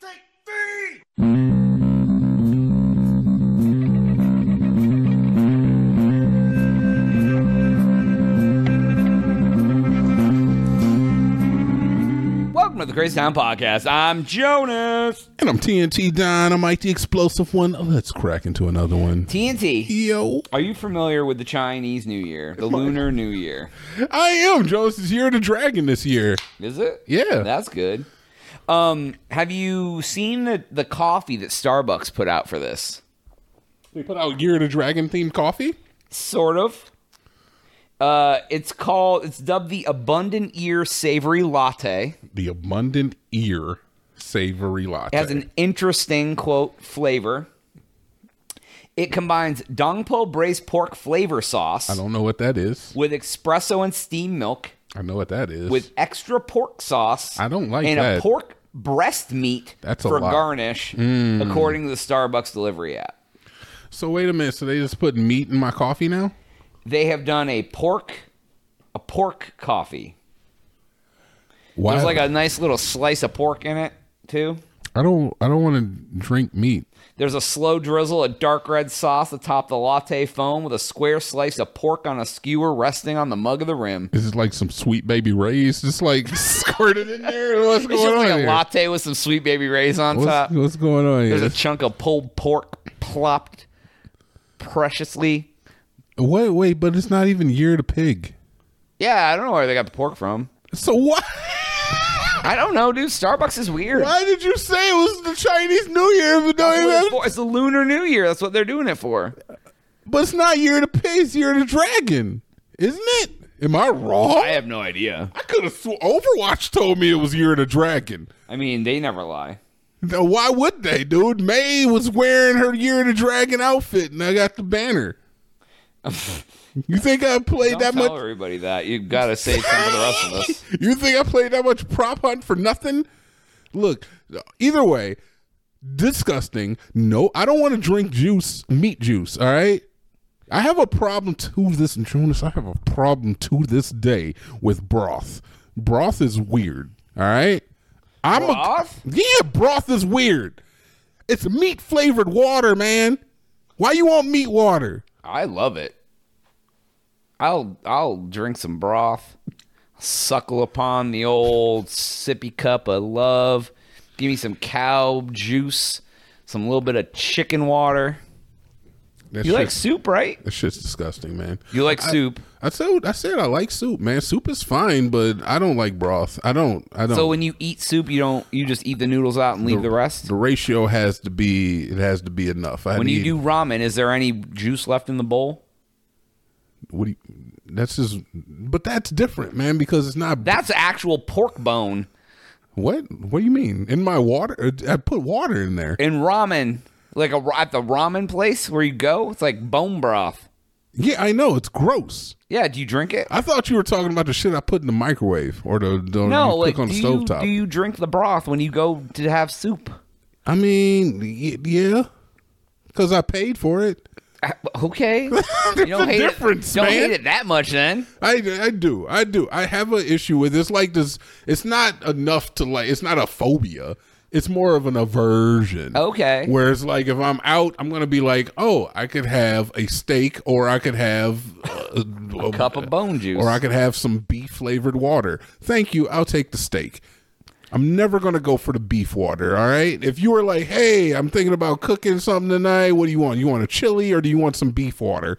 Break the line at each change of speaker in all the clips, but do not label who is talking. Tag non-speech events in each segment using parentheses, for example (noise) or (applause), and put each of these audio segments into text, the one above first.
take three!
Welcome to the Crazy Town Podcast. I'm Jonas.
And I'm TNT Don. I'm Mike the Explosive One. Let's crack into another one.
TNT.
Yo,
Are you familiar with the Chinese New Year, the Lunar New Year?
I am Jonas. It's Year of the Dragon this year.
Is it?
Yeah.
That's good. Um, have you seen the, the coffee that Starbucks put out for this?
They put out Year of the Dragon themed coffee.
Sort of. Uh, it's called. It's dubbed the Abundant Ear Savory Latte.
The Abundant Ear Savory Latte.
It has an interesting quote flavor. It combines dongpo braised pork flavor sauce
I don't know what that is.
with espresso and steam milk
I know what that is.
with extra pork sauce.
I don't like
and a
that.
pork breast meat
That's a
for
lot. Mm.
garnish, according to the Starbucks delivery app.
so wait a minute. So they just put meat in my coffee now?
They have done a pork, a pork coffee.
Why?
There's like a nice little slice of pork in it too.
I don't. I don't want to drink meat.
There's a slow drizzle of dark red sauce atop the latte foam with a square slice of pork on a skewer resting on the mug of the rim.
This is like some sweet baby rays just like (laughs) squirted in there. What's
It's
going
just like
on
a
here?
latte with some sweet baby rays on top.
What's, what's going on here?
There's a chunk of pulled pork plopped preciously.
wait, wait, but it's not even Year of the Pig.
Yeah, I don't know where they got the pork from.
So what?
I don't know, dude. Starbucks is weird.
Why did you say it was the Chinese New Year? But, don't even
It's,
have-
for- it's the Lunar New Year. That's what they're doing it for.
but it's not Year of the Pig, it's Year of the Dragon, isn't it? Am I wrong?
have no idea.
I could have sworn Overwatch told me it was Year of the Dragon.
I mean, they never lie.
Now, why would they, dude? May was wearing her Year of the Dragon outfit, and I got the banner. you think I played
Don't
that
tell
much?
everybody that. You gotta save some for the rest of us.
(laughs) You think I played that much prop hunt for nothing? Look, either way, disgusting. No, I don't want to drink juice, meat juice. All right. I have a problem to this, and Jonas, I have a problem to this day with broth. Broth is weird. All right. I'm
Broth?
a yeah. Broth is weird. It's meat flavored water, man. Why you want meat water?
I love it. I'll I'll drink some broth, suckle upon the old sippy cup of love. Give me some cow juice, some little bit of chicken water.
That
You
shit-
like soup, right?
that shit's disgusting, man.
You like soup.
I said I said I like soup, man. Soup is fine, but I don't like broth. I don't. I don't.
So when you eat soup, you don't you just eat the noodles out and leave the rest.
the ratio has to be it has to be enough. I
When you
need,
do ramen, is there any juice left in the bowl?
what do you, that's just but that's different, man, because it's not
That's actual pork bone
what what do you mean? In my water I put water in there.
in ramen, like a, at the ramen place where you go. It's like bone broth.
Yeah, I know, it's gross.
Yeah, do you drink it?
I thought you were talking about the shit I put in the microwave or the, the
No,
you
like
cook on
do,
the
you,
stovetop.
do you drink the broth when you go to have soup?
I mean, y- yeah. Cuz I paid for it.
Uh,
(laughs)
Okay, you
There's a
hate
difference,
it. Don't
man.
hate it that much, then.
I, I do I do I have an issue with it's like this it's not enough to like it's not a phobia it's more of an aversion
Okay.
whereas like if I'm out I'm gonna be like oh I could have a steak or I could have a, a
Cup of bone juice.
or I could have some beef flavored water thank you I'll take the steak I'm never gonna go for the beef water all right if you were like hey I'm thinking about cooking something tonight what do you want you want a chili or do you want some beef water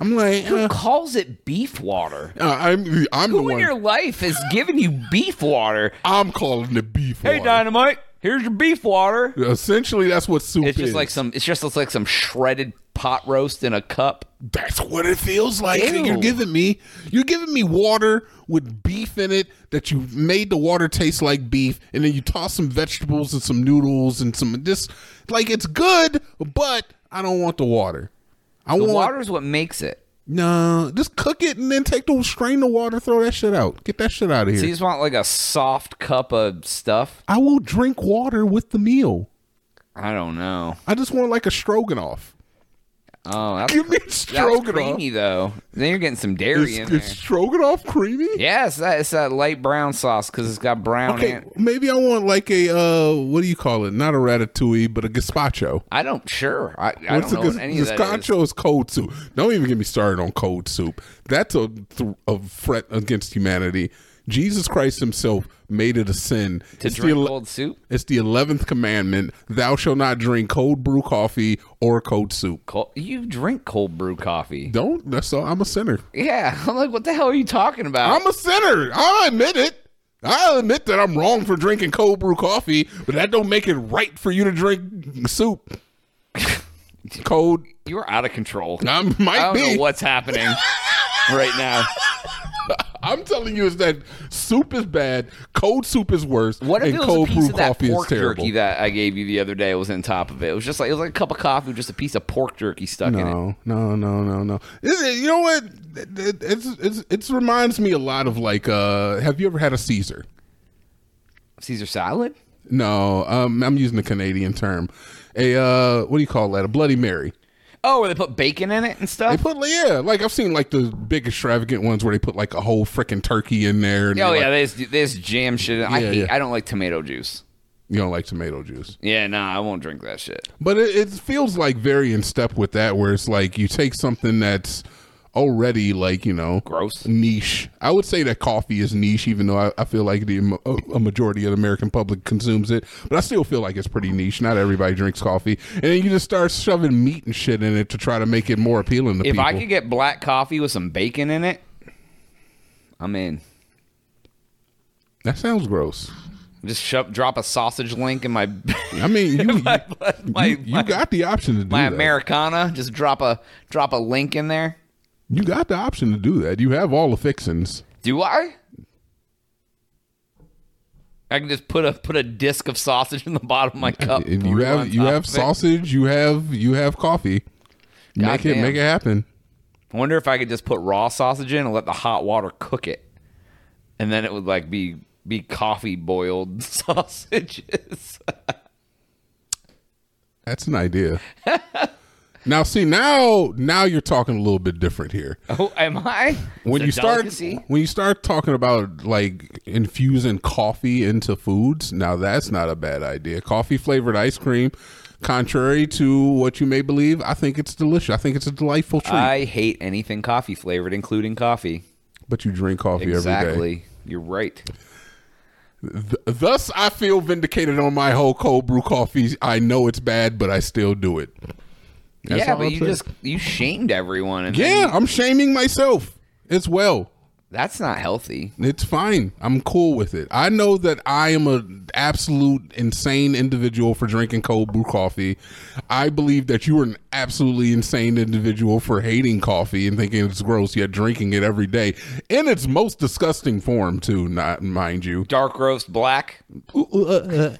I'm like
Who
uh,
calls it beef water?
uh, I'm I'm the
Who in
one.
your life is giving you beef water?
I'm calling the beef
Hey,
water.
dynamite! Here's your beef water.
Essentially, that's what soup
It's
is.
just like some. It's just like some shredded pot roast in a cup.
that's what it feels like.
Ew.
You're giving me, you're giving me water with beef in it that you made the water taste like beef, and then you toss some vegetables and some noodles and some this. Like it's good, but I don't want the water. I
The
want
water's what makes it.
no. Just cook it and then take the strain the water, throw that shit out. Get that shit out of here.
So you just want like a soft cup of stuff.
I will drink water with the meal.
I don't know.
I just want like a stroganoff.
Oh, that's,
(laughs) Give me
that's
stroganoff.
creamy though. Then you're getting some dairy
Is,
in
is
there.
stroganoff creamy?
Yes, that, it's that light brown sauce because it's got brown in
Okay,
it.
maybe I want like a uh, what do you call it? Not a ratatouille, but a gazpacho.
I don't sure. I, I don't
What's
know
a
what
gaz-
any of that is.
gazpacho is cold soup. Don't even get me started on cold soup. That's a th- a threat against humanity. Jesus Christ Himself made it a sin.
To
it's,
drink
the ele-
cold soup,
it's the eleventh commandment: Thou shalt not drink cold brew coffee or cold soup.
cold, you drink cold brew coffee.
Don't. That's all. I'm a sinner.
Yeah, (laughs) I'm like, what the hell are you talking about?
I'm a sinner. I admit it. I admit that I'm wrong for drinking cold brew coffee, but that don't make it right for you to drink soup. Cold.
You're out of control.
I (laughs) might
I don't
be.
know what's happening right now.
I'm telling you is that soup is bad. Cold soup is worse.
What if
and
it was
cold
a piece
brew
of that
coffee
pork
is terrible.
jerky that I gave you the other day was in top of it? It was just like it was like a cup of coffee with just a piece of pork jerky stuck in it.
no, no, no, no, no. Is it, you know what? It, it, it's, it's, it reminds me a lot of like. uh Have you ever had a Caesar?
Caesar salad?
No, um, I'm using the Canadian term. A uh, what do you call that? A Bloody Mary.
Oh, where they put bacon in it and
They
stuff?
put like, yeah, like I've seen like the big extravagant ones where they put like a whole freaking turkey in there. And
Oh
they're
yeah,
like,
they just, they just jam shit. In. I
Yeah,
hate.
yeah.
I don't like tomato juice.
you don't like tomato juice,
Yeah, nah, I won't drink that shit.
but it, it feels like very in step with that, where it's like you take something that's already like you know
Gross.
niche. I would say that coffee is niche, even though I, I feel like the a a majority of the American public consumes it, but I still feel like it's pretty niche. Not everybody drinks coffee, and then you just start shoving meat and shit in it to try to make it more appealing to
If
people.
I could get black coffee with some bacon in it, I'm in.
that sounds gross.
Just shove, drop a sausage link in my (laughs)
I mean, you.
my, my,
you, you got the option to do
my
that.
Americana. Just drop a drop a link in there.
You got the option to do that. You have all the fixings.
Do I? I can just put a put a disc of sausage in the bottom of my cup.
If you
brew
have
on
you
top
have
of it.
sausage, you have you have coffee. make it
Goddamn.
make it happen.
I wonder if I could just put raw sausage in and let the hot water cook it, and then it would like be be coffee boiled (laughs) sausages.
That's an idea. (laughs) now see now now you're talking a little bit different here.
(laughs) oh, am I?
When
It's a
you start
delicacy?
when you start talking about like infusing coffee into foods, now that's not a bad idea. Coffee flavored ice cream, contrary to what you may believe, I think it's delicious. I think it's a delightful treat.
I hate anything coffee flavored, including coffee.
but you drink coffee every day.
Exactly. You're right.
Th- thus, I feel vindicated on my whole cold brew coffee. I know it's bad, but I still do it. That's
yeah,
all
but
I'm
you
saying.
just you shamed everyone, and then
yeah, I'm shaming myself as well.
that's not healthy.
It's fine. I'm cool with it. I know that I am an absolute insane individual for drinking cold brew coffee. I believe that you are an absolutely insane individual for hating coffee and thinking it's gross, yet drinking it every day in its most disgusting form, too. Not mind you.
Dark roast black.
Ooh, ooh, uh, uh.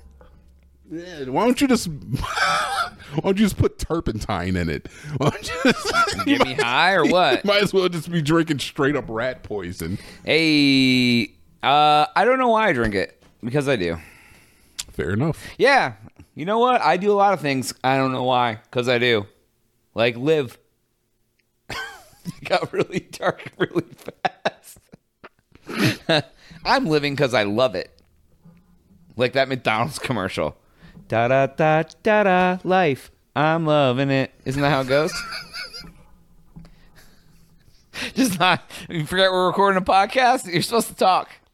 Yeah, Why don't you just (laughs) why don't you just put turpentine in it? Why don't you just,
Get me high or what?
might as well just be drinking straight up rat poison.
Hey, uh, I don't know why I drink it because I do.
Fair enough.
Yeah, you know what? I do a lot of things. I don't know why because I do. Like live. (laughs) It Got really dark really fast. (laughs) I'm living because I love it. Like that McDonald's commercial. Da da da da da life. I'm loving it. Isn't that how it goes? (laughs) Just not. You forget we're recording a podcast. You're supposed to talk. (laughs)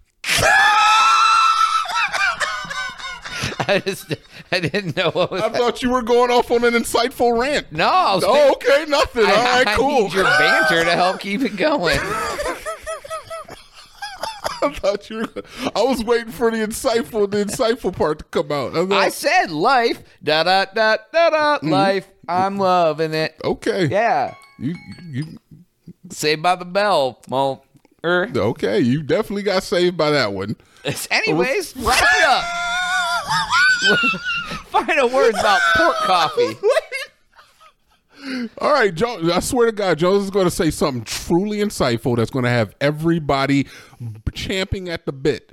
I just. I didn't know what was.
I thought you were going off on an insightful rant.
no. I was
Oh, okay, nothing. All
(laughs)
right,
I
cool.
need your banter to help keep it going.
(laughs) I thought you were. I was waiting for the insightful, the insightful part to come out. I was
I
like,
said life, da da da da da,
Mm-hmm.
life. I'm loving it.
okay,
Yeah,
you, you,
Saved by the Bell. Well, er.
(laughs) okay, you definitely got saved by that one.
Anyways, wrap it up. (laughs) Final words about pork coffee.
All right, Joe. I swear to God, Jones is going to say something truly insightful that's going to have everybody b- champing at the bit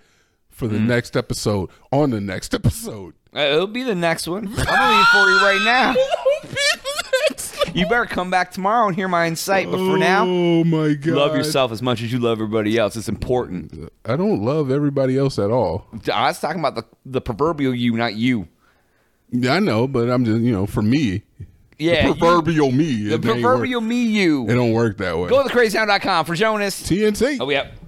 for the
Mm.
next episode. On the
(laughs)
next episode. (laughs)
Uh, it'll be the next one. I'm gonna leave for you right now. you better come back tomorrow and hear my insight. But for now,
oh my god,
love yourself as much as you love everybody else. It's important.
I don't love everybody else at all.
I was talking about the, the proverbial you, not you.
Yeah, I know, but I'm just you know, for me,
Yeah. you-
the proverbial me,
the
it ain't work-
proverbial me,
It
you.
don't work that way.
Go to thecrazyhound.com for Jonas.
TNT.
Oh, yep.